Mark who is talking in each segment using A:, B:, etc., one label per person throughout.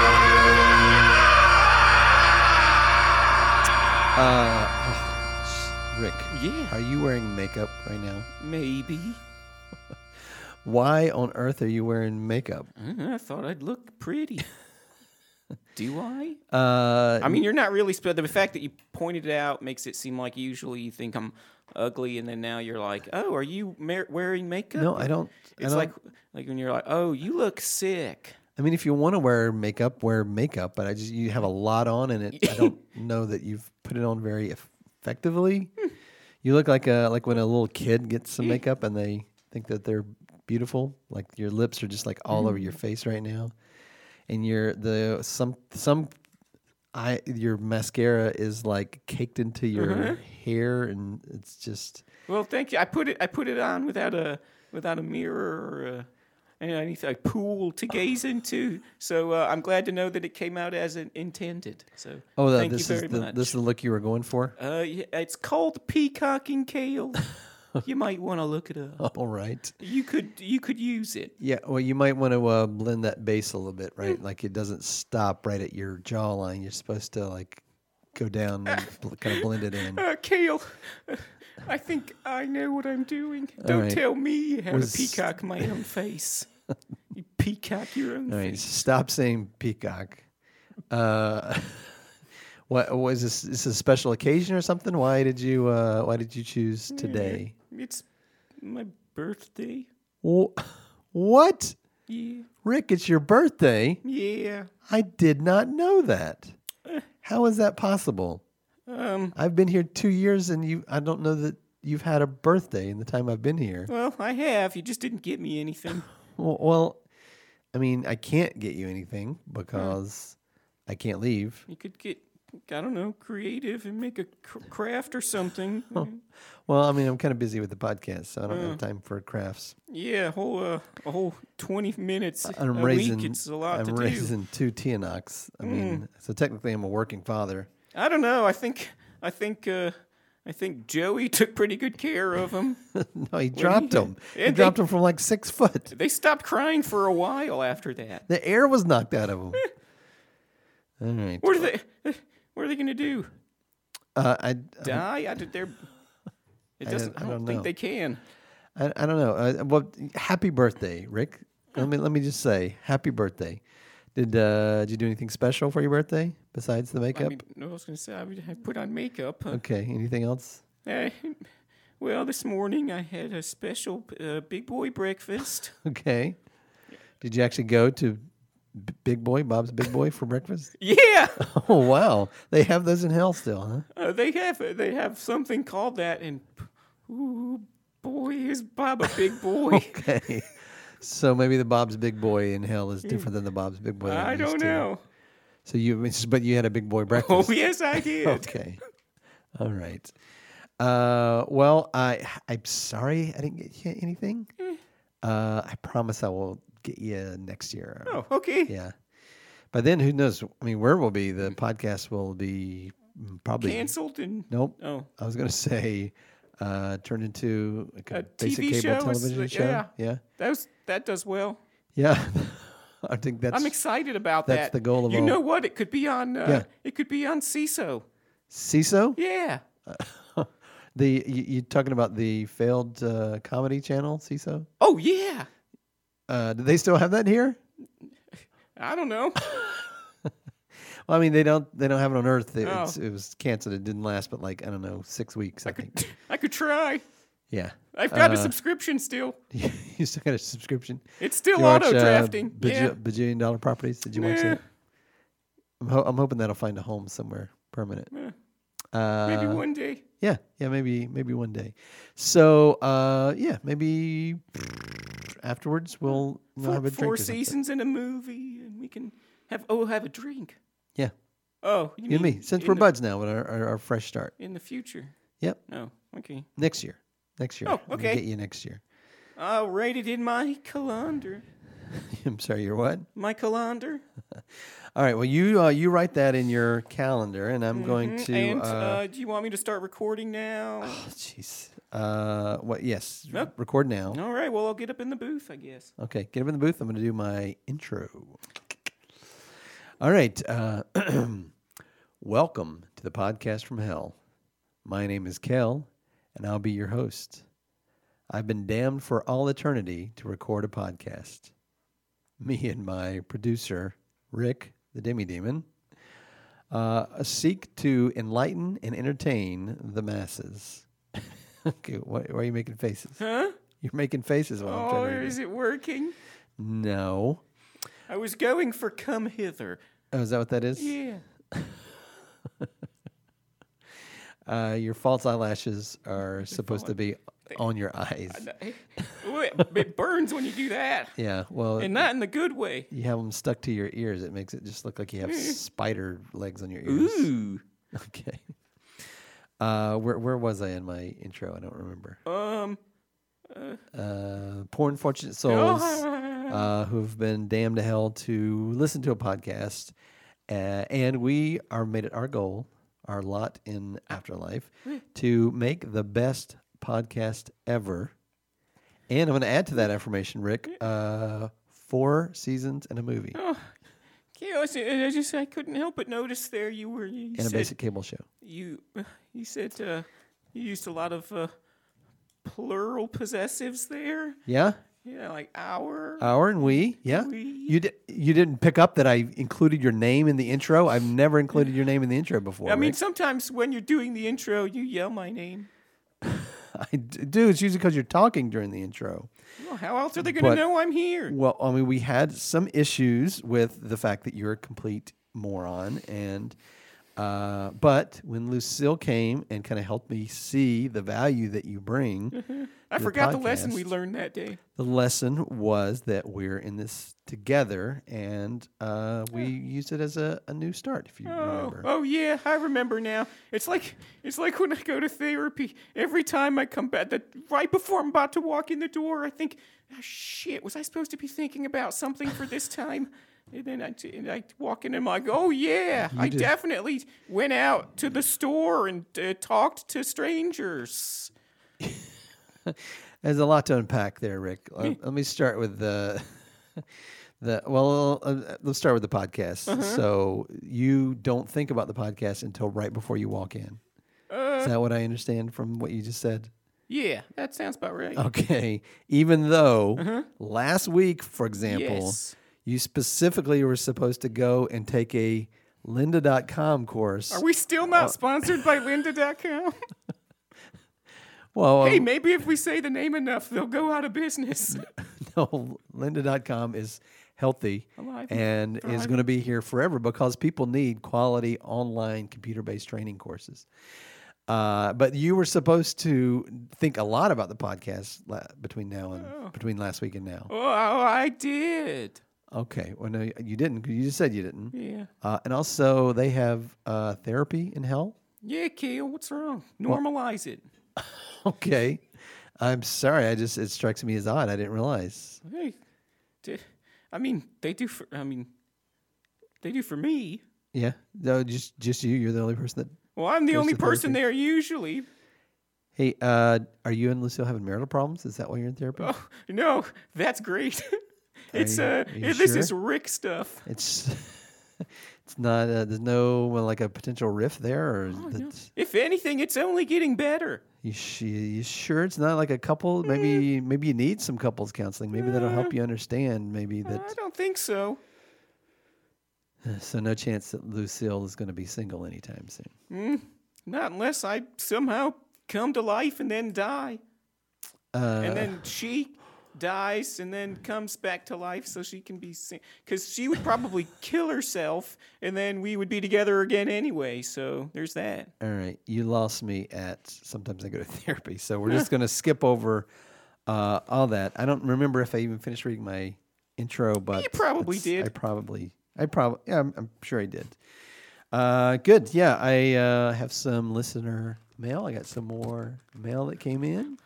A: Rick,
B: Uh, Yeah,
A: are you wearing makeup right now?
B: maybe.
A: Why on earth are you wearing makeup?
B: Uh, I thought I'd look pretty. Do I?
A: Uh,
B: I mean, you're not really. Sp- the fact that you pointed it out makes it seem like usually you think I'm ugly, and then now you're like, "Oh, are you ma- wearing makeup?"
A: no, I don't. I
B: It's
A: don't-
B: like like when you're like, "Oh, you look sick."
A: I mean, if you want to wear makeup, wear makeup. But I just you have a lot on, and it, I don't know that you've put it on very eff- effectively. you look like a like when a little kid gets some makeup and they think that they're beautiful. Like your lips are just like all over
B: Mm.
A: your face right now, and your the some some I your mascara is like caked into your
B: Mm-hmm.
A: hair, and it's just
B: Well, thank you. I put it I put it on without a without a mirror or a, and anything a pool to gaze into. So uh, I'm glad to know that it came out as it intended. So
A: oh, the,
B: thank
A: this
B: you
A: is
B: very
A: the,
B: much.
A: this is the look you were going for.
B: Uh, yeah, it's called peacock and kale. you might want to look it up.
A: All right.
B: You could you could use it.
A: Yeah, well, you might want to uh, blend that base a little bit, right? Like it doesn't stop right at your jawline. You're supposed to like go down and bl- kind of blend it in.
B: Uh, kale, I think I know what I'm doing. Don't
A: right.
B: tell me how
A: Was-
B: to peacock my own face. you peacock your own
A: All right,
B: face.
A: stop saying peacock. Uh, what was this? Is this a special occasion or something? Why did you uh, Why did you choose today?
B: It's my birthday.
A: Wh- What,
B: Yeah,
A: Rick? It's your birthday.
B: yeah.
A: I did not know that. How is that possible?
B: Eh. Um,
A: I've been here two years, and you. I don't know that you've had a birthday in the time I've been here.
B: well, I have. You just didn't get me anything.
A: Well, well I mean, I can't get you anything
B: Hmm.
A: because I can't leave.
B: You could get, I don't know, creative and make a cr- craft or something.
A: Oh. Well, I mean, I'm kind of busy with the podcast, so I don't
B: Hmm.
A: have time for crafts.
B: Yeah, a whole uh, a whole twenty minutes
A: I'm
B: a
A: raising.
B: week. It's a lot
A: I'm
B: to do. Hmm.
A: raising two Tianox. I mean, so technically, I'm a working father.
B: I don't know. I think I think uh, I think Joey took pretty good care of him.
A: no, he dropped him. He
B: and they-
A: dropped him from like six foot.
B: they stopped crying for a while after that.
A: The air was knocked out of him. All right.
B: What are they? What are they gonna do?
A: Uh, I, I
B: Die? I did. They're. It doesn't.
A: don't-
B: I
A: I
B: don't,
A: don't
B: think
A: know.
B: they can.
A: I, I don't know. Uh, well, happy birthday, Rick. Let me let me just say, happy birthday. Did uh, did you do anything special for your birthday besides the makeup?
B: I mean, no, I was gonna say I, would- I put on makeup. Uh,
A: okay. Anything else?
B: eh, well, this morning I had a special uh, big boy breakfast.
A: Okay. Did you actually go to B- Big Boy Bob's Big Boy for breakfast?
B: yeah.
A: Oh wow, they have those in hell still, huh?
B: Uh, they have they have something called that, and ooh, boy, is Bob a big boy.
A: Okay. So maybe the Bob's Big Boy in hell is different than the Bob's Big Boy. I'm
B: Hmm. I
A: used
B: don't
A: to.
B: know.
A: So you, but you had a Big Boy breakfast.
B: Oh yes, I did.
A: Okay. All right. Uh, well, I I'm sorry I didn't get you anything.
B: Mm.
A: Uh, I promise I will get you next year.
B: Oh, okay.
A: Yeah. By then, who knows? I mean, where we'll be?
B: Mm.
A: The podcast will be mm, probably
B: Cancelled and
A: Nope.
B: Oh.
A: I was gonna say uh, turned into like a,
B: A
A: basic
B: TV
A: cable
B: show is
A: television
B: the-
A: show.
B: yeah.
A: Yeah.
B: that was, that does well.
A: Yeah. I think that's
B: I'm excited about
A: that's
B: that.
A: the goal of
B: you
A: all-
B: know what? It could be on. Uh,
A: Yeah.
B: It could be on CISO.
A: CISO.
B: Yeah.
A: The you, you talking about the failed uh, comedy channel CISO?
B: Oh yeah.
A: Uh, do they still have that here?
B: I don't know.
A: Well, I mean, they don't they don't have it on Earth. It,
B: Oh.
A: it's, it was canceled. It didn't last, but like I don't know, six weeks. I, think.
B: I could try.
A: Yeah.
B: I've got a
A: Uh,
B: subscription still.
A: you still got a subscription.
B: It's still
A: you watch,
B: auto
A: uh,
B: drafting.
A: Baji-
B: yeah.
A: Bajillion dollar properties. Did you watch
B: Nah.
A: that? I'm, ho- I'm hoping that'll find a home somewhere permanent. Uh,
B: Maybe one day.
A: Yeah, yeah, maybe maybe one day. So uh, yeah, maybe afterwards we'll you know,
B: Four,
A: have a drink.
B: four
A: or something.
B: seasons in a movie, and we can have oh have a drink.
A: Yeah,
B: Oh, you
A: you and
B: mean
A: me. Since
B: in
A: we're
B: the-
A: buds now, with our, our, our fresh start.
B: in the future.
A: Yep,
B: No, okay.
A: next year. Next year.
B: Oh,
A: I'm gonna
B: okay.
A: Get you next year.
B: I'll write it in my calendar.
A: I'm sorry, you're what?
B: My calendar.
A: All right. Well, you uh, you write that in your calendar, and I'm going to.
B: and uh,
A: uh,
B: do you want me to start recording now?
A: Jeez. Uh, what? Yes. r-
B: Nope.
A: Record now.
B: All right. Well, I'll get up in the booth, I guess.
A: Okay. Get up in the booth. I'm going to do my intro. All right. Uh, welcome to the podcast from hell. My name is Kel, and I'll be your host. I've been damned for all eternity to record a podcast. Me and my producer, Rick, the Demi Demon, uh, seek to enlighten and entertain the masses. okay, why, why are you making faces?
B: Huh?
A: You're making faces while I'm
B: Oh,
A: trying to. read it.
B: is it working?
A: No.
B: I was going for come hither.
A: Oh, is that what that is?
B: Yeah.
A: Uh, your false eyelashes are supposed to be on your eyes.
B: Ooh, it, it burns when you do that,
A: Yeah. Well,
B: and not in the good way.
A: you have them stuck to your ears. It makes it just look like you have spider legs on your ears.
B: Ooh.
A: Okay. Uh, where where was I in my intro? I don't remember.
B: Um.
A: Uh, poor unfortunate souls uh, who've been damned to hell to listen to a podcast, uh, and we are made it our goal, our lot in afterlife, to make the best podcast ever. And I'm going to add to that affirmation, Rick. Uh, four seasons and a movie
B: Yeah, I s- I just I couldn't help but notice there you were you
A: and a
B: said
A: basic cable show.
B: you you said uh, you used a lot of uh, plural possessives there.
A: Yeah,
B: Yeah, like our.
A: Our and we, yeah. You di- you didn't pick up that I included your name in the intro. I've never included your name in the intro before.
B: I mean,
A: Rick.
B: sometimes when you're doing the intro, you yell my name.
A: I d- do. It's usually because you're talking during the intro.
B: Well, how else are they going to
A: But-
B: know I'm here?
A: Well, I mean, we had some issues with the fact that you're a complete moron, and uh, but when Lucille came and kind of helped me see the value that you bring,
B: Mm-hmm. I
A: the
B: forgot the lesson we
A: podcast.
B: learned that day.
A: the lesson was that we're in this together, and uh, we used it as a, a new start. If you
B: Oh,
A: remember,
B: oh yeah, I remember now. It's like it's like when I go to therapy. Every time I come back, that right before I'm about to walk in the door, I think, oh, shit, was I supposed to be thinking about something for this time? And then I, t- and I walk in and I'm like, oh yeah, I
A: just-
B: definitely went out to the store and uh, talked to strangers.
A: There's a lot to unpack there, Rick. Uh, let me start with the the well. Uh, let's start with the podcast.
B: Uh-huh.
A: So you don't think about the podcast until right before you walk in. Is
B: Uh.
A: that what I understand from what you just said?
B: Yeah, that sounds about right.
A: Uh, Okay. Even though last week, for example,
B: Uh-huh. Yes.
A: you specifically were supposed to go and take a lynda.com course.
B: Are we still
A: uh,
B: not sponsored by Lynda.com?
A: well,
B: hey,
A: Oh.
B: maybe if we say the name enough, they'll go out of business. Oh,
A: No, lynda.com is healthy
B: Alive and
A: and is going to be here forever because people need quality online computer based training courses. Uh, but you were supposed to think a lot about the podcast la- between now and between last week and now.
B: Oh, I did.
A: Okay. Well, no, you didn't. 'cause You just said you didn't.
B: Yeah.
A: Uh, and also, they have uh, therapy in hell.
B: Yeah, Kale, what's wrong? Normalize it.
A: Okay. I'm sorry. I just, it strikes me as odd. I didn't realize.
B: Hey, d- I mean, they do for, I mean, they do for me.
A: Yeah. No, just, just you. You're the only person that
B: Well, I'm the
A: Goes
B: only
A: to
B: person there usually.
A: Hey, uh, are you and Lucille having marital problems? Is that why you're in therapy?
B: Oh, no, that's great. it's,
A: you-
B: uh,
A: are you
B: this is
A: sure?
B: Rick stuff.
A: It's it's not. Uh, there's no well, like a potential rift there,
B: Oh,
A: or that's,
B: If anything, it's only getting better.
A: you, sh- you sure it's not like a
B: Eh.
A: couple? Maybe maybe you need some couples counseling. Maybe that'll help you understand. Maybe
B: I
A: that.
B: don't think so.
A: So no chance that Lucille is going to be single anytime soon.
B: Not unless I somehow come to life and then die.
A: Uh,
B: and then she dies and then comes back to life so she can be seen. Because she would probably kill herself and then we would be together again anyway. So there's that.
A: All right, you lost me at sometimes I go to therapy, so we're just gonna skip over uh, all that. I don't remember if I even finished reading my intro, but
B: probably
A: it's-
B: did.
A: I probably, I probably, yeah, I'm, I'm sure I did. Uh, good, yeah. I uh, have some listener mail. I got some more mail that came in.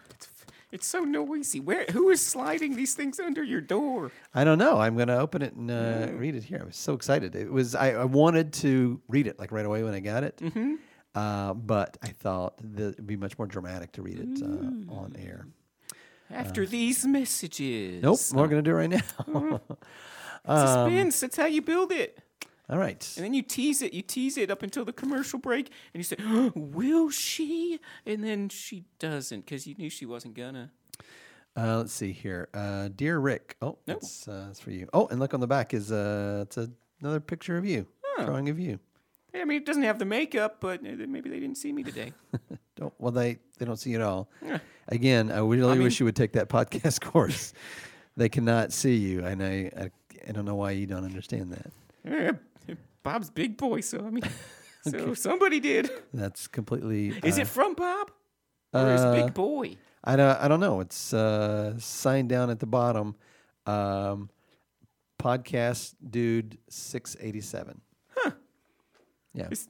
B: It's so noisy. Where? Who is sliding these things under your door?
A: I don't know. I'm gonna open it and uh, read it here. I was so excited. It was I, I wanted to read it like right away when I got it, mm-hmm. uh, but I thought that it'd be much more dramatic to read it uh, on air.
B: After these messages.
A: Nope, we're gonna do it right now.
B: um, Suspense. That's how you build it.
A: All right.
B: And then you tease it. You tease it up until the commercial break, and you say, "Will she?" And then she doesn't, because you knew she wasn't gonna.
A: Uh, let's see here. Uh, dear Rick. Oh, that's, uh, that's for you. Oh, and look on the back is uh, it's a, another picture of you, drawing of you.
B: Hey, I mean, it doesn't have the makeup, but uh, maybe they didn't see me today.
A: Don't well they they don't see it all. Again, I really wish you would take that podcast course. they cannot see you, and I, I I don't know why you don't understand that.
B: Eh, Bob's big boy, so I mean, so somebody
A: Uh,
B: did.
A: That's completely.
B: Is
A: uh,
B: it from Bob? Or is
A: uh,
B: big boy?
A: I don't. I don't know. It's uh, signed down at the bottom. Um, podcast dude six eighty seven. Yeah.
B: Is-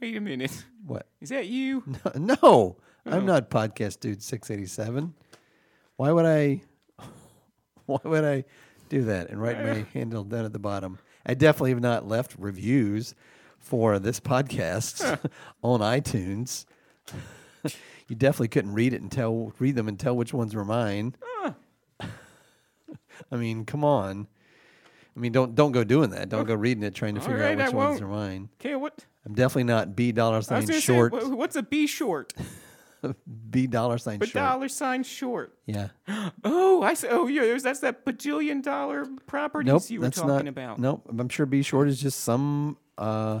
B: Wait a minute.
A: What?
B: Is that you?
A: No, I'm not podcast dude 687. Why would I why would I do that and write my handle down at the bottom? I definitely have not left reviews for this podcast on iTunes. you definitely couldn't read it and tell read them and tell which ones were mine.
B: Ah.
A: I mean, come on. I mean, don't don't go doing that. Don't go reading it trying to
B: Oh. All
A: figure
B: right,
A: out
B: I
A: which ones
B: won't.
A: are mine.
B: Okay, what?
A: I'm definitely not B dollar
B: I was
A: sign
B: gonna
A: short.
B: say, wha- what's a B short?
A: B dollar sign
B: But
A: short.
B: dollar sign short.
A: Yeah.
B: Oh, I see. Oh, yeah. there's- That's that bajillion dollar properties
A: Nope.
B: you were
A: that's
B: talking
A: not.
B: about.
A: Nope. I'm sure B short is just some uh,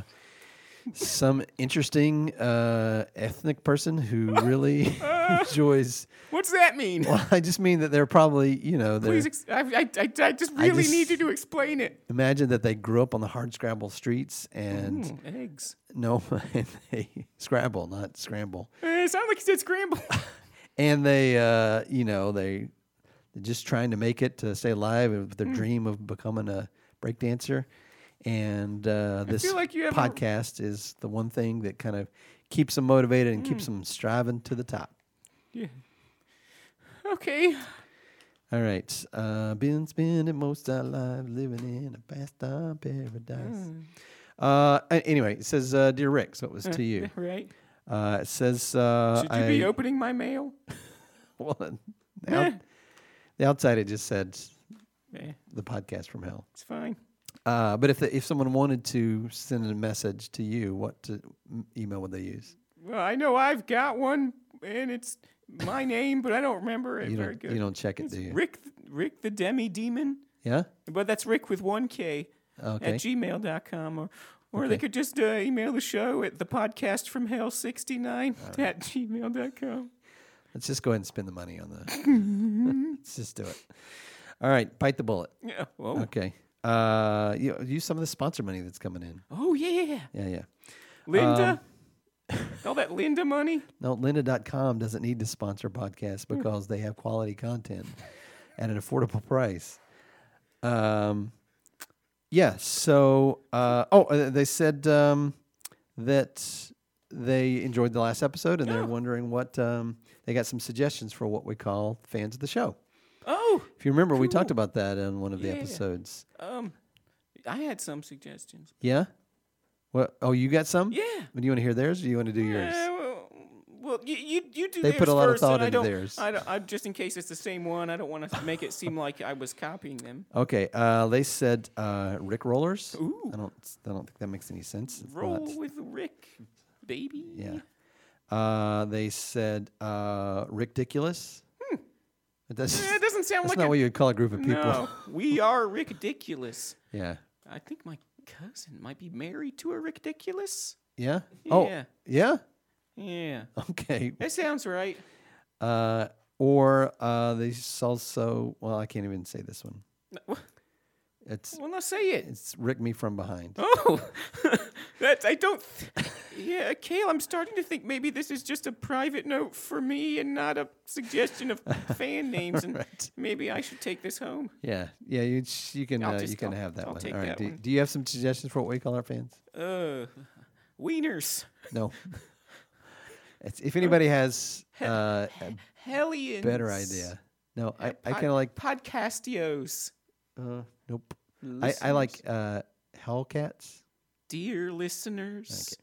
A: some interesting uh, ethnic person who really enjoys.
B: What's that mean?
A: Well, I just mean that they're probably you know they
B: Please, ex- I, I, I, I just really need
A: just-
B: you to explain it.
A: imagine that they grew up on the hard scrabble streets and
B: Mm, eggs.
A: no and they scrabble not scramble
B: Eh, It sounds like you said scramble.
A: and they uh, you know they they're just trying to make it to stay alive with
B: Hmm.
A: their dream of becoming a breakdancer and uh, this
B: feel like you have a-
A: podcast is the one thing that kind of keeps them motivated and
B: Hmm.
A: keeps them striving to the top Uh,
B: okay.
A: all right uh, been spending most of our lives living in a pastime paradise
B: Hmm.
A: uh, a- anyway it says uh, dear rick so it was to you
B: Right.
A: uh, it says uh,
B: Hmm. Should you be
A: I-
B: opening my mail?
A: well, the, out-
B: Eh.
A: the outside it just said
B: Eh,
A: the podcast from hell
B: it's fine.
A: Uh, but if the, if someone wanted to send a message to you, what to, m- email would they use?
B: Well, I know I've got one, and it's my name, but I don't remember it
A: You
B: very
A: don't
B: good.
A: you don't check it,
B: It's
A: do you?
B: Rick, th- Rick the Demi Demon.
A: Yeah.
B: But that's Rick with one K
A: Okay.
B: at gmail.com. Or, or they could just uh, email the show at the podcast from hell 69 at gmail.com.
A: Let's just go ahead and spend the money on the. Let's just do it. All right, bite the bullet.
B: Yeah. Whoa.
A: Okay. Uh, you, use some of the sponsor money that's coming in.
B: Oh, yeah.
A: Yeah, yeah.
B: Linda.
A: Um,
B: All that Linda money.
A: No, lynda.com doesn't need to sponsor podcasts
B: Hmm.
A: because they have quality content at an affordable price. Um, yeah, so, uh, oh, uh, they said um, that they enjoyed the last episode and
B: Oh.
A: they're wondering what, um, they got some suggestions for what we call fans of the show.
B: Oh,
A: If you remember, we talked about that in one of the episodes.
B: um, I had some suggestions.
A: Yeah? What? Oh, you got some?
B: Yeah.
A: Do you want to hear theirs or do you want to do yours?
B: Uh, well, well, you, you, you do
A: They
B: theirs
A: put a lot of
B: first, and
A: thought
B: I
A: into
B: don't-
A: theirs.
B: I, don't- I, just in case it's the same one, I don't want to make it seem like I was copying them.
A: Okay, uh, they said uh, Rick rollers.
B: Ooh.
A: I don't, I don't think that makes any sense. It's
B: Roll
A: not-
B: with Rick, baby.
A: yeah. Uh, they said uh, ridiculous. Hmm. That's,
B: Yeah, Eh, it doesn't sound
A: that's
B: like
A: not
B: a-
A: what you would call a group of people.
B: No, we are ridiculous.
A: Yeah.
B: I think my cousin might be married to a ridiculous.
A: Yeah. Oh.
B: Yeah.
A: Yeah.
B: Yeah,
A: Okay.
B: that sounds right.
A: Uh, or uh, they also well, I can't even say this one.
C: wha-
A: It's
C: Well, now say it.
A: it's Rick me from behind.
C: Oh, that I don't. Th- yeah, Kale, I'm starting to think maybe this is just a private note for me and not a suggestion of fan names, and
A: Right.
C: maybe I should take this home.
A: Yeah, yeah, you sh- you can
C: I'll
A: uh,
C: just-
A: you can
C: I'll-
A: have that
C: I'll
A: one.
C: take
A: All right.
C: that
A: do,
C: one.
A: do you have some suggestions for what we call our fans?
C: Uh, wieners,
A: No. it's, if anybody has uh, a
C: hellions.
A: better idea, no, I, I
C: pod-
A: kind of like
C: podcastios.
A: uh, nope. I, I like uh, Hellcats.
C: dear listeners,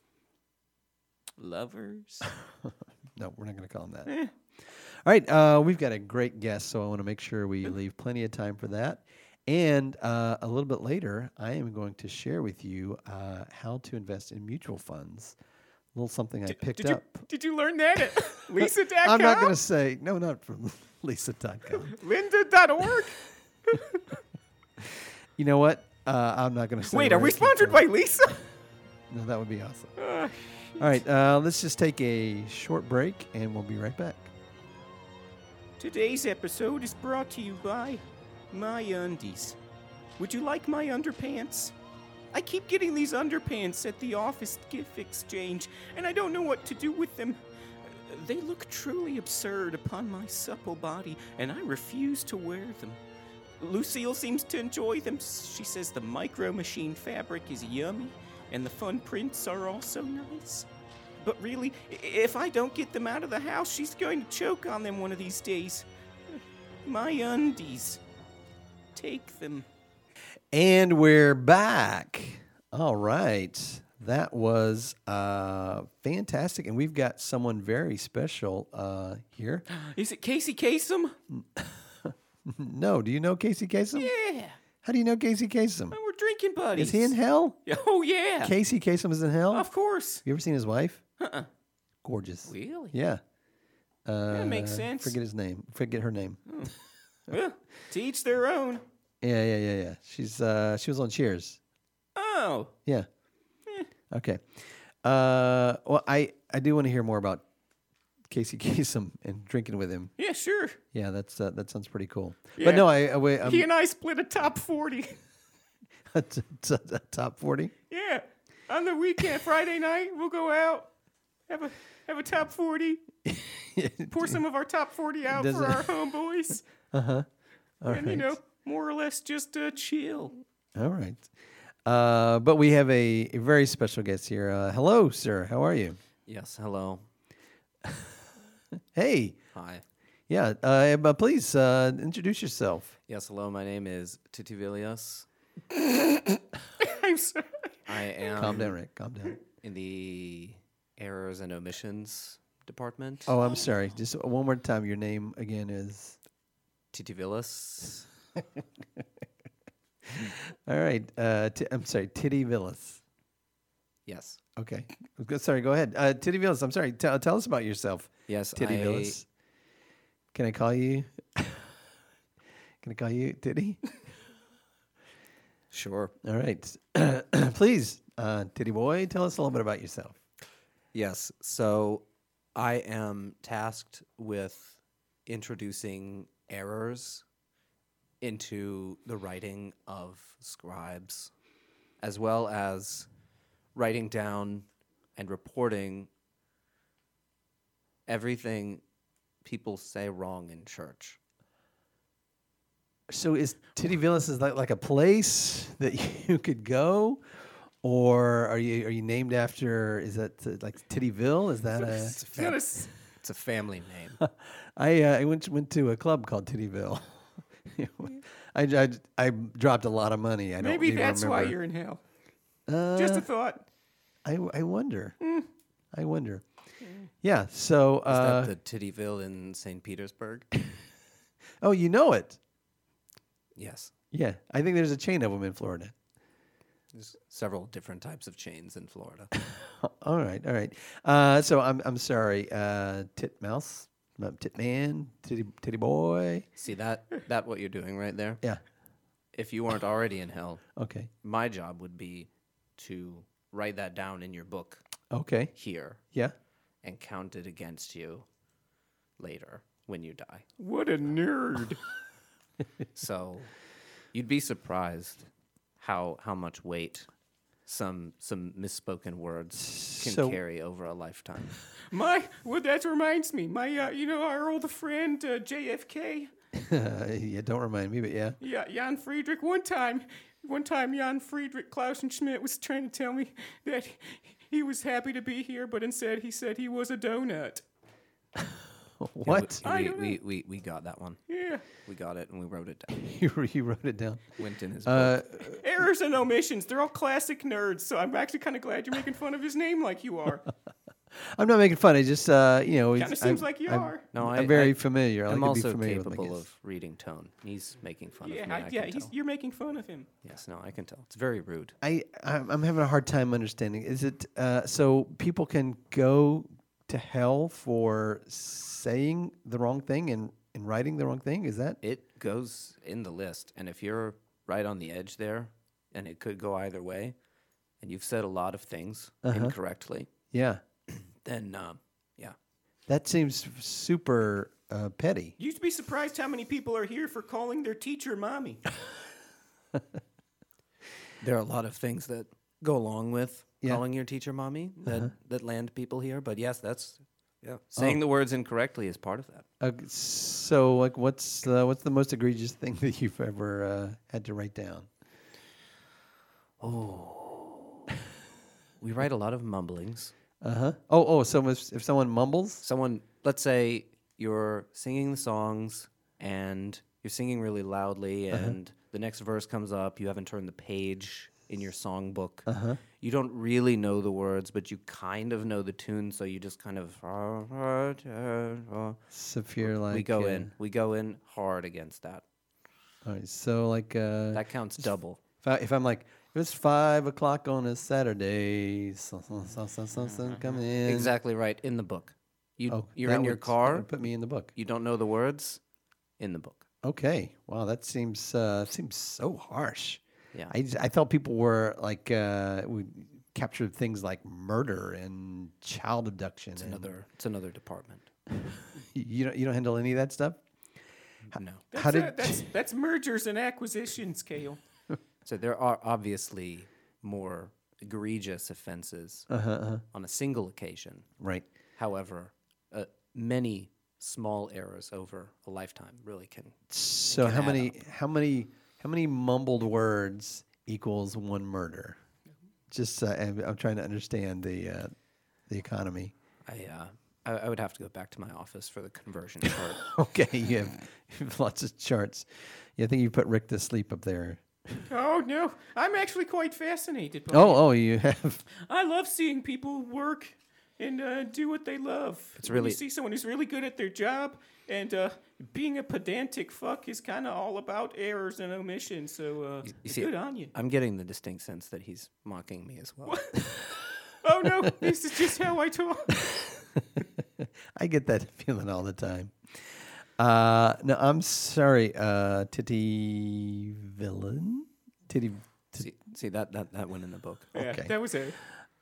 C: lovers.
A: No, we're not going to call them that. All right, uh, we've got a great guest, so I want to make sure we leave plenty of time for that. And uh, a little bit later, I am going to share with you uh, how to invest in mutual funds. A little something I picked
C: Did you
A: up.
C: did you learn that at lisa.com?
A: I'm not going to say no, not from Lisa.com.
C: Linda.org.
A: You know what? Uh, I'm not going to say.
C: Wait, are
A: where
C: we
A: it came
C: sponsored
A: from.
C: by Ah, Lisa?
A: No, that would be awesome. All right, uh, let's just take a short break, and we'll be right back.
C: Today's episode is brought to you by My Undies. Would you like my underpants? I keep getting these underpants at the office gift exchange, and I don't know what to do with them. Uh, They look truly absurd upon my supple body, and I refuse to wear them. Lucille seems to enjoy them. She says the micro machine fabric is yummy, and the fun prints are also nice. But really, i- if I don't get them out of the house, she's going to choke on them one of these days. My undies. Take them.
A: And we're back. All right. That was uh, fantastic. And we've got someone very special uh, here.
C: Is it Casey Kasem?
A: No, do you know Casey Kasem?
C: Yeah.
A: How do you know Casey Kasem?
C: and We're drinking buddies.
A: Is he in hell?
C: Oh, yeah. Oh,
A: Casey Kasem is in hell?
C: Of course.
A: You ever seen his wife? Uh-uh. Gorgeous.
C: Really?
A: Yeah. Uh,
C: makes sense.
A: Forget his name. Forget her name.
C: Well, to each their own.
A: Yeah, yeah, yeah, yeah. She's uh, she was on Cheers.
C: Oh.
A: Yeah. Okay. Uh, well, I I do want to hear more about Casey Kasem and drinking with him.
C: Yeah, sure.
A: Yeah, that's uh, that sounds pretty cool.
C: Yeah.
A: But no, I, I wait.
C: he
A: I'm
C: and I split a top 40.
A: t- t- t- uh, top forty.
C: yeah. On the weekend, Friday night, we'll go out, have a, have a top 40, pour some of our top 40 out
A: Does
C: for
A: it-
C: our homeboys.
A: Uh-huh. All right.
C: and you know, more or less just uh, chill.
A: All right. Uh, but we have a, a very special guest here. Uh, hello, sir. How are you?
B: Yes, hello.
A: Hey.
B: Hi.
A: Yeah. Uh, but please uh, introduce yourself.
B: Yes, hello. My name is Titivilius.
C: I'm sorry.
B: I am
A: Calm down, Rick. Calm down.
B: in the errors and omissions department.
A: Oh, I'm sorry. Just one more time. Your name again is.
B: Titivilius.
A: All right. Uh, t- I'm sorry. Titty Villas.
B: Yes.
A: Okay. Go- Sorry. Go ahead. Uh, Titty Villas. I'm sorry. Tell tell us about yourself.
B: Yes,
A: Titty
B: I-
A: Villas. Can I call you? Can I call you Titty?
B: Sure.
A: All right. Please, uh, Titty Boy, tell us a little bit about yourself.
B: Yes. So I am tasked with introducing errors into the writing of scribes, as well as writing down and reporting everything people say wrong in church.
A: So, is Titty Villas is like, like a place that you could go, or are you are you named after? Is that uh, like Tittyville? Is that a?
B: It's a,
C: Gotta
B: fam-
C: s-
B: it's a family name.
A: I uh, I went to, went to a club called Tittyville. I, I, I dropped a lot of money. I don't
C: Maybe
A: even
C: that's why
A: remember.
C: you're in hell.
A: Uh,
C: Just a thought.
A: I, I wonder.
C: Mm.
A: I wonder. Yeah. So, uh,
B: Is that the Tittyville in St. Petersburg?
A: oh, you know it.
B: yes.
A: Yeah. I think there's a chain of them in Florida.
B: There's several different types of chains in Florida.
A: All right. All right. Uh, so I'm, I'm sorry. Uh, tit mouse, um, tit man, titty, titty boy.
B: See that that what you're doing right there?
A: Yeah.
B: If you weren't already in hell,
A: Okay.
B: my job would be to write that down in your book
A: Okay.
B: here
A: Yeah.
B: and count it against you later when you die.
C: What a nerd.
B: So you'd be surprised how how much weight some some misspoken words can
A: So-
B: carry over a lifetime.
C: My, well, that reminds me. My, uh, you know, our old friend uh, JFK,
A: uh, yeah, don't remind me, but yeah.
C: yeah, Jan Friedrich. One time, one time, Jan Friedrich Klausenschmidt was trying to tell me that he was happy to be here, but instead he said he was a donut.
A: What?
B: We, we,
C: don't
B: we, we, we got that one.
C: Yeah,
B: We got it and we wrote it down.
A: you, re- you wrote it down.
B: Went in his
A: Uh,
B: book.
C: errors and omissions. They're all classic nerds. So I'm actually kind of glad you're making fun of his name like you are.
A: I'm not making fun. I just, uh, you know,
C: Kind of seems like you
A: I'm,
C: are.
B: No, I,
A: I'm very
B: I,
A: familiar. I like
B: I'm
A: to be
B: also
A: familiar with my
B: capable
A: guests.
B: of reading tone. He's making fun
C: yeah,
B: of me.
C: I-
B: I,
C: yeah,
B: can
C: he's,
B: tell.
C: you're making fun of him.
B: Yes, no, I can tell. It's very rude.
A: I I'm I'm having a hard time understanding. Is it uh, so people can go to hell for saying the wrong thing and and writing the wrong thing? Is that
B: It goes in the list, and if you're right on the edge there, and it could go either way, and you've said a lot of things
A: Uh-huh.
B: incorrectly,
A: yeah?
B: then um, yeah,
A: That seems super uh, petty.
C: You'd be surprised how many people are here for calling their teacher mommy.
B: there are a lot of things that go along with
A: Yeah. Uh-huh.
B: calling your teacher mommy that that land people here. But yes, that's
A: Oh.
B: yeah, saying the words incorrectly is part of that.
A: Uh, so like, what's uh, what's the most egregious thing that you've ever uh, had to write down?
B: We write a lot of mumblings.
A: Uh huh. Oh oh. So if, if someone mumbles,
B: someone let's say you're singing the songs and you're singing really loudly
A: Uh-huh.
B: and the next verse comes up you haven't turned the page in your songbook uh-huh. you don't really know the words but you kind of know the tune so you just kind of
A: severe like
B: we go
A: uh,
B: in we go in hard against that
A: All right. So like uh,
B: that counts double
A: If, I, if I'm like, it was five o'clock on a Saturday, something, something, something come in.
B: Mm-hmm. exactly right in the book you,
A: Oh,
B: you're
A: that
B: in your
A: would- that
B: car
A: would Put me in the book.
B: you don't know the words in the book
A: Okay. Wow, that seems uh, seems so harsh.
B: Yeah.
A: I, j- I thought people were like uh, we captured things like murder and child abduction. and
B: another it's another department
A: you don't you don't handle any of that stuff.
B: no
C: That's,
A: How
C: uh,
A: did-
C: that's, that's mergers and acquisitions, Kale.
B: So there are obviously more egregious offenses
C: Uh-huh,
B: on a single occasion.
A: Right.
B: However, uh, many small errors over a lifetime really can.
A: So how many how many how many mumbled words equals one murder? Just uh, I'm, I'm trying to understand the uh, the economy.
B: I, uh, I I would have to go back to my office for the conversion part.
A: Okay, you have, you have lots of charts. Yeah, I think you put Rick to sleep up there.
C: Oh, no. I'm actually quite fascinated. By
A: Oh, oh, you have.
C: I love seeing people work and uh, do what they love. It's
B: really-
C: you see someone who's really good at their job, and uh, being a pedantic fuck is kind of all about errors and omissions. So uh,
B: You see,
C: good on you.
B: I'm getting the distinct sense that he's mocking me as well.
C: Oh no, this is just how I talk.
A: I get that feeling all the time. Uh, no, I'm sorry, uh, Titty Villain. Titty. Tit-
B: see, see that, that that went in the book.
C: Yeah, that was it.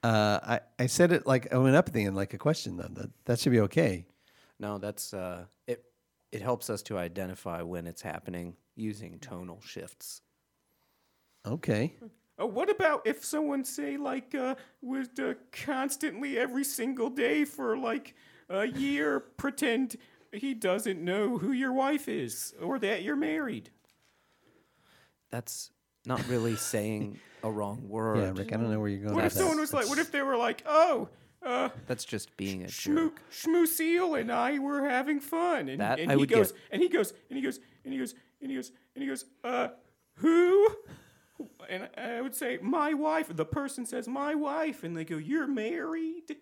A: uh, I I said it like I went up at the end like a question though. That that should be okay.
B: No, that's uh, it. It helps us to identify when it's happening using tonal shifts.
A: Okay.
C: Uh, what about if someone say like uh, was uh, constantly every single day for like a year pretend he doesn't know who your wife is or that you're married?
B: That's not really saying a wrong word.
A: Yeah, Rick. I don't know where you're going.
C: What
A: with
C: if someone
A: that.
C: was like, what if they were like, oh, uh,
B: That's just being a
C: Schmoo
B: jerk.
C: Schmooceel and I were having fun, and,
B: That
C: and
B: I
C: he
B: would get.
C: goes, and he goes, and he goes, and he goes, and he goes, and he goes, uh, who? And I I would say, my wife. The person says, my wife, and they go, you're married.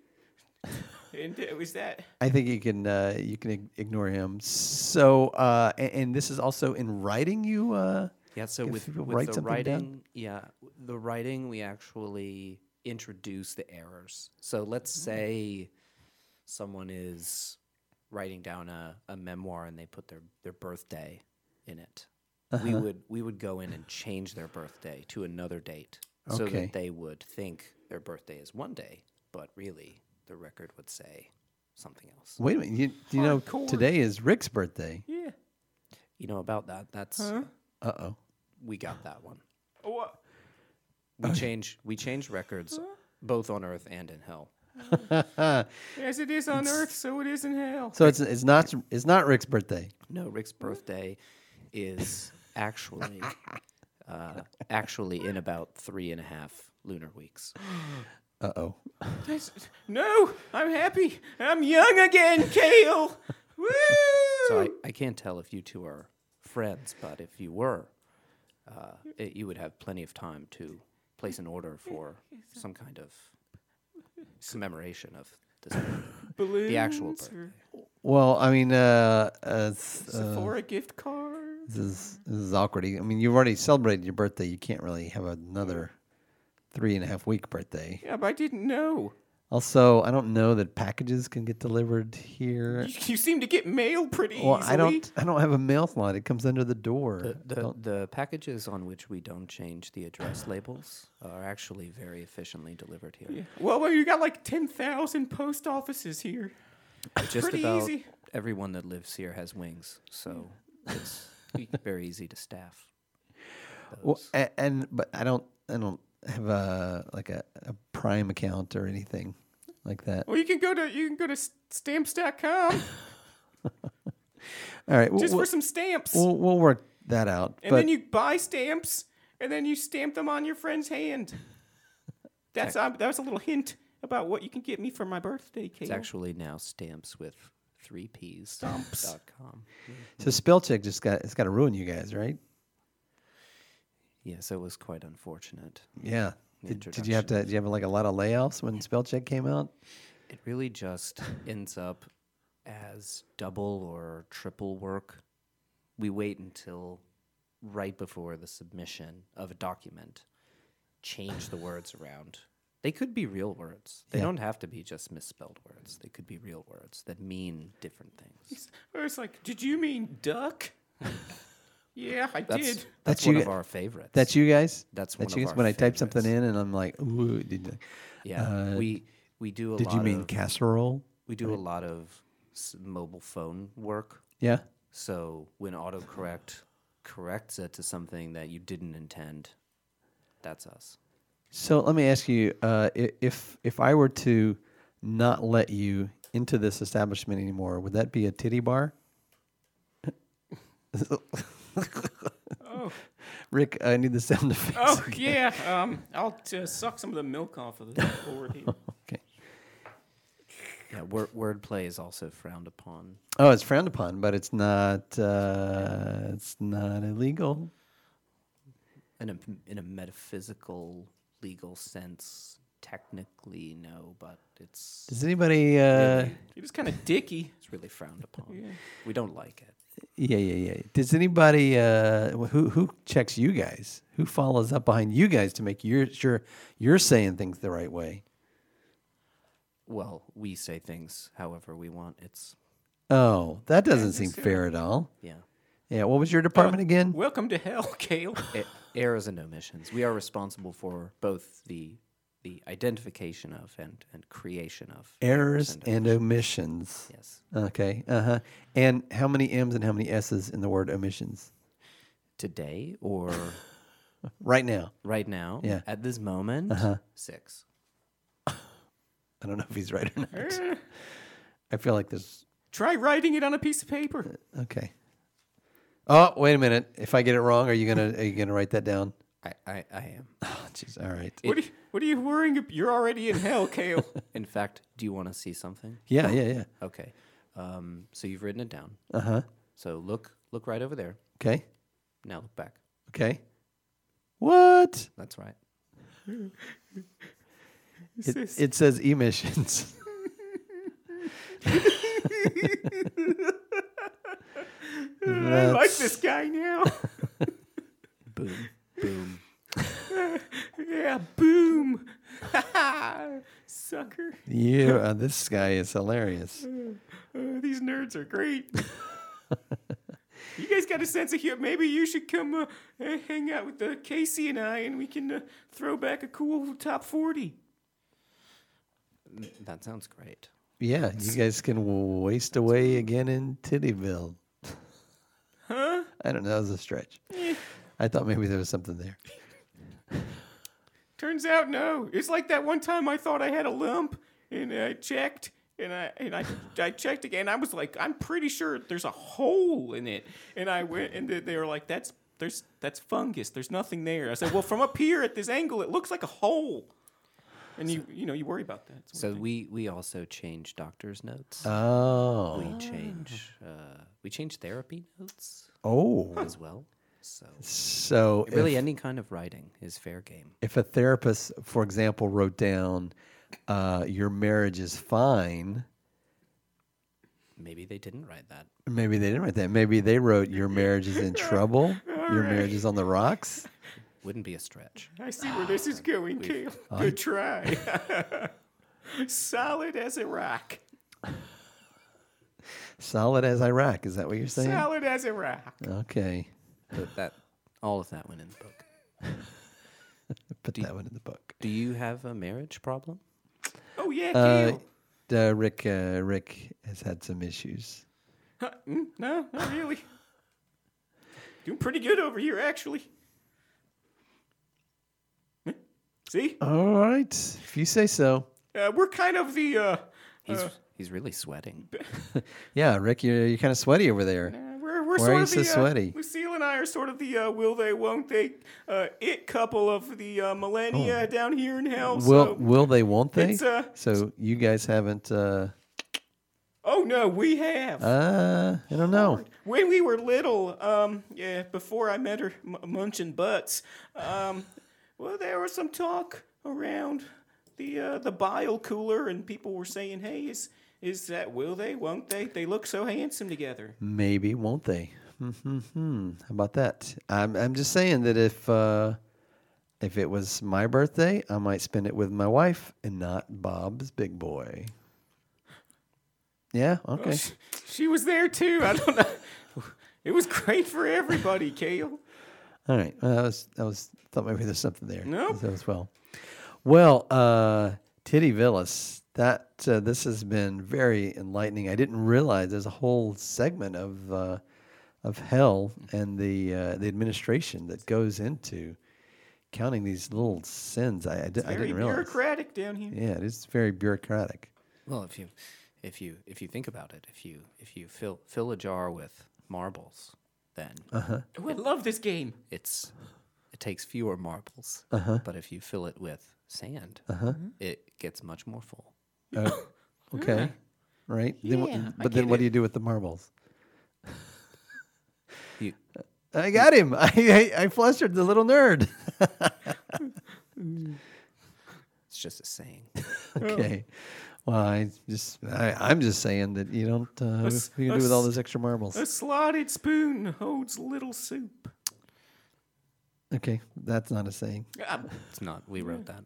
C: and it was that.
A: I think you can uh, you can ig- ignore him. So uh, and, and this is also in writing. You uh,
B: Yeah, so
A: if
B: with,
A: people
B: with
A: write
B: the
A: something down?
B: writing, yeah, w- the writing we actually introduce the errors. So let's
A: Oh.
B: say someone is writing down a, a memoir and they put their, their birthday in it. We
A: Uh-huh.
B: would we would go in and change their birthday to another date so
A: Okay.
B: that they would think their birthday is one day, but really the record would say something else.
A: Wait a minute. You, do you know
C: Hardcore.
A: today is Rick's birthday?
C: Yeah.
B: You know about that? That's
A: Uh oh.
B: we got that one.
C: Oh, uh,
B: We change we change records both on Earth and in Hell.
C: as it is on Earth, so it is in hell.
A: So it's it's not it's not Rick's birthday.
B: No, Rick's birthday is actually uh, actually in about three and a half lunar weeks.
A: Uh oh.
C: That's- no, I'm happy. I'm young again, Kale. Woo!
B: So I, I can't tell if you two are friends, but if you were, uh, it, you would have plenty of time to place an order for some kind of commemoration of this birthday,
C: Balloons
B: the actual birthday.
C: or
A: Well, I mean, uh, uh, it's, uh,
C: Sephora gift card.
A: this is this is awkward. I mean, you've already celebrated your birthday. You can't really have another three and a half week birthday.
C: Yeah, but I didn't know.
A: Also, I don't know that packages can get delivered here.
C: You, you seem to get mail pretty
A: Well,
C: easily.
A: I don't. I don't have a mail slot. It comes under the door. I
B: The,
A: don't-
B: the packages on which we don't change the address labels are actually very efficiently delivered here.
C: Well, well, you got like 10,000 post offices here.
B: Just
C: pretty
B: about
C: easy.
B: everyone that lives here has wings, so it's very easy to staff.
A: Well, and, and but I don't. I don't have a like a, a Prime account or anything like that.
C: Well, you can go to you can go to s- stamps.com
A: All right,
C: just
A: we'll,
C: for some stamps.
A: we'll, we'll work that out.
C: and
A: but
C: then you buy stamps and then you stamp them on your friend's hand. That's uh, that was a little hint about what you can get me for my birthday, Kale.
B: It's actually now stamps with three P's. Dot com.
A: so spell check just got it's got to ruin you guys, right?
B: Yes, it was quite unfortunate.
A: Yeah. Did, did you have to? Did you have like a lot of layoffs when spell check came out?
B: It really just ends up as double or triple work. We wait until right before the submission of a document, change the words around. They could be real words. They don't have to be just misspelled words. They could be real words that mean different things.
C: I was like, did you mean duck? yeah, I
B: That's
C: did.
B: that's,
A: That's
B: one
A: you-
B: of our favorites.
A: That's you guys.
B: That's
A: that's
B: one
A: you
B: of
A: guys.
B: our
A: when I type something
B: favorites.
A: in and I'm like, ooh, did,
B: yeah. we we do a
A: uh, did
B: lot
A: you mean
B: of,
A: casserole?
B: we do a lot of s- mobile phone work
A: Yeah.
B: So when autocorrect corrects it to something that you didn't intend, that's us.
A: So let me ask you, uh, i- if if I were to not let you into this establishment anymore, would that be a titty bar? Rick, I need the sound effects.
C: Oh yeah, um, I'll uh, suck some of the milk off of the board here.
A: Okay.
B: Yeah, word wordplay is also frowned upon.
A: Oh, it's frowned upon, but it's not. Uh, it's not illegal.
B: In a in a metaphysical legal sense, technically no, but it's
A: Does anybody? Uh,
C: You're just kind of dicky.
B: it's really frowned upon. We don't like it.
A: yeah, yeah, yeah. Does anybody? Uh, wh- who who checks you guys? Who follows up behind you guys to make your, sure you're saying things the right way?
B: Well, we say things however we want. It's
A: Oh, that doesn't seem fair at all.
B: yeah.
A: Yeah, what was your department again?
C: Welcome to hell, Kale.
B: E- errors and omissions. We are responsible for both the the identification of and, and creation of
A: Errors and omissions.
B: yes.
A: Okay. Uh huh. And how many M's and how many S's in the word omissions?
B: Today or
A: Right now.
B: right now,
A: Yeah. Uh-huh.
B: at this moment, six.
A: I don't know if he's right or not. I feel like there's.
C: Try writing it on a piece of paper.
A: Okay. Oh, wait a minute. If I get it wrong, are you gonna are you gonna write that down?
B: I, I, I am.
A: Oh, jeez. All right.
C: What are, you, what are you worrying? ab- You're already in hell, Kale.
B: In fact, do you want to see something?
A: Yeah, yeah, yeah.
B: Okay. Um, so you've written it down.
A: Uh huh.
B: So look, look right over there.
A: Okay.
B: Now look back.
A: Okay. What?
B: That's right.
A: It, it says emissions.
C: I like this guy now.
B: Boom, boom.
C: yeah, boom. Ha ha. Sucker.
A: you. Uh, this guy is hilarious.
C: Uh, these nerds are great. you guys got a sense of humor. Maybe you should come uh, uh, hang out with uh, Casey and I, and we can uh, throw back a cool top 40.
B: That sounds great.
A: Yeah, you guys can waste away again in Tittyville. Huh? I don't know. That was a stretch.
C: Eh.
A: I thought maybe there was something there.
C: Turns out no. It's like that one time I thought I had a lump and I checked and I and I, I checked again. I was like, I'm pretty sure there's a hole in it. And I went and they- they were like, that's there's that's fungus. There's nothing there. I said, well, from up here at this angle, it looks like a hole. And you you know you worry about that.
B: So we we also change doctor's notes.
A: Oh.
B: we change uh, we change therapy notes
A: Oh.
B: as well. So
A: So
B: really,
A: if,
B: any kind of writing is fair game.
A: if a therapist, for example, wrote down, uh, your marriage is fine,
B: Maybe they didn't write that.
A: maybe they didn't write that. Maybe they wrote, your marriage is in trouble, your marriage is on the rocks.
B: Wouldn't be a stretch.
C: I see where this is going, Kale. Good try. Solid as a rock.
A: Solid as Iraq. Is that what you're saying?
C: Solid as a rock.
A: Okay.
B: But that all of that went in the book.
A: Put that one in the book.
B: Do you have a marriage problem?
C: Oh yeah,
A: Uh,
C: Kale.
A: uh, Rick, uh, Rick has had some issues.
C: No, not really. Doing pretty good over here, actually. Hmm, See,
A: All right. If you say so.
C: uh, we're kind of the. Uh,
B: He's he's really sweating.
A: Yeah, Rick, you're, you're kind of sweaty over there.
C: uh, we're
A: Why
C: we're sort
A: are you
C: of
A: so
C: the.
A: sweaty?
C: Uh, Lucille and I are sort of the uh, will they, won't they, uh, it couple of the uh,
A: Oh.
C: millennia down here in hell.
A: will
C: so,
A: will they? Won't they?
C: it's, uh,
A: so you guys haven't. Uh,
C: oh no, we have.
A: uh, I don't know.
C: When we were little, um, yeah, before I met her, m- munching butts, um, well, there was some talk around the uh, the bile cooler, and people were saying, "Hey, is is that will they? Won't they? They look so handsome together."
A: Maybe won't they? Hmm. How about that? I'm I'm just saying that if uh, if it was my birthday, I might spend it with my wife and not Bob's big boy. Yeah. Okay.
C: She, she was there too. I don't know. It was great for everybody, Kale.
A: All right. Well, I was I was thought maybe there's something there.
C: Nope.
A: As well. Well, uh, Titty Villas. That uh, this has been very enlightening. I didn't realize there's a whole segment of uh, of hell and the uh, the administration that goes into counting these little sins. I, I, di- I
C: Very
A: didn't realize.
C: bureaucratic down here.
A: Yeah, it is very bureaucratic.
B: Well, if you if you if you think about it, if you if you fill fill a jar with marbles, then
C: Oh, I love this game.
B: it's it takes fewer marbles. But if you fill it with sand, it gets much more full.
A: Oh, Okay. Right. Then what- but then what do you do with the marbles?
B: You,
A: I got him. I, I, I flustered the little nerd.
B: it's just a saying.
A: Okay. Well, I just I, I'm just saying that you don't uh,
C: s-
A: what you gonna
C: a
A: do with all
C: s-
A: those extra marbles.
C: A slotted spoon holds little soup.
A: Okay, that's not a saying.
C: Ah,
B: It's not. We wrote that.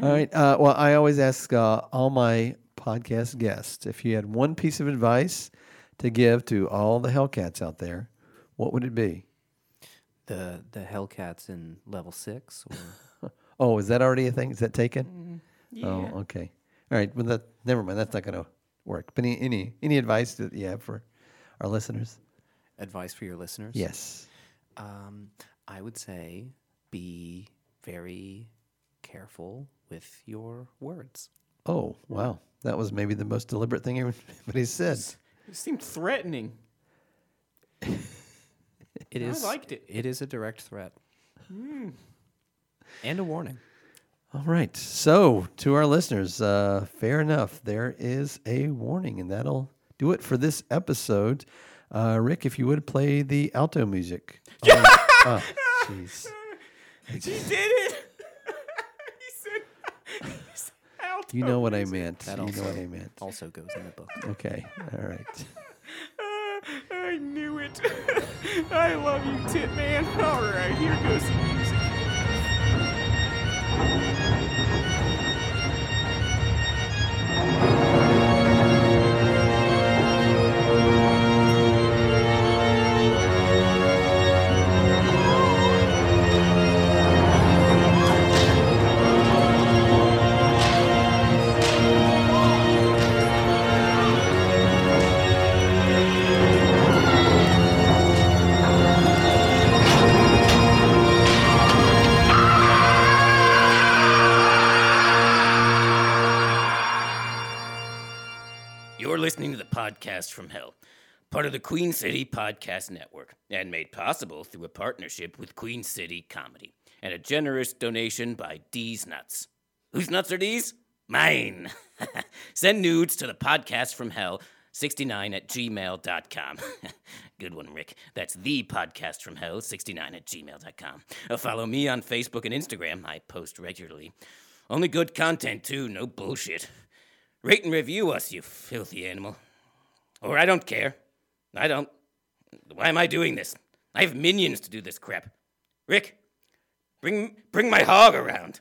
A: All right. Uh, well, I always ask uh, all my podcast guests if you had one piece of advice to give to all the Hellcats out there, what would it be?
B: The the Hellcats in level six. Or,
A: Oh, is that already a thing? Is that taken? Oh, okay. All right. Well, that never mind. That's not gonna work. But any any any advice that you have for our listeners?
B: advice for your listeners.
A: Yes.
B: Um, I would say be very careful with your words.
A: Oh, wow. That was maybe the most deliberate thing everybody said.
C: it seemed threatening.
B: It
C: I
B: is.
C: liked it. Hmm.
B: It is a direct threat. And a warning.
A: All right. So, to our listeners, uh, fair enough. There is a warning, and that'll do it for this episode. Uh, Rick, if you would play the alto music. Yeah. Oh, jeez.
C: She did it. he said, he said alto.
A: you know what I meant.
B: That
A: you know
B: also-
A: what I meant.
B: Also goes in the book.
A: Okay. All right.
C: Ah, I knew it. I love you, Tit Man. All right, here goes the music.
D: Thank
C: podcast from hell, part of the Queen City Podcast Network, and made possible through a partnership with Queen City Comedy and a generous donation by D's Nuts. Whose nuts are these? Mine. Send nudes to the podcast from hell. 69 at gmail.com. Good one, Rick. That's the podcast from hell, 69 at gmail.com. Uh, follow me on Facebook and Instagram. I post regularly. Only good content, too, no bullshit. Rate and review us, you filthy animal. Or I don't care. I don't. Why am I doing this? I have minions to do this crap. Rick, bring, bring my hog around.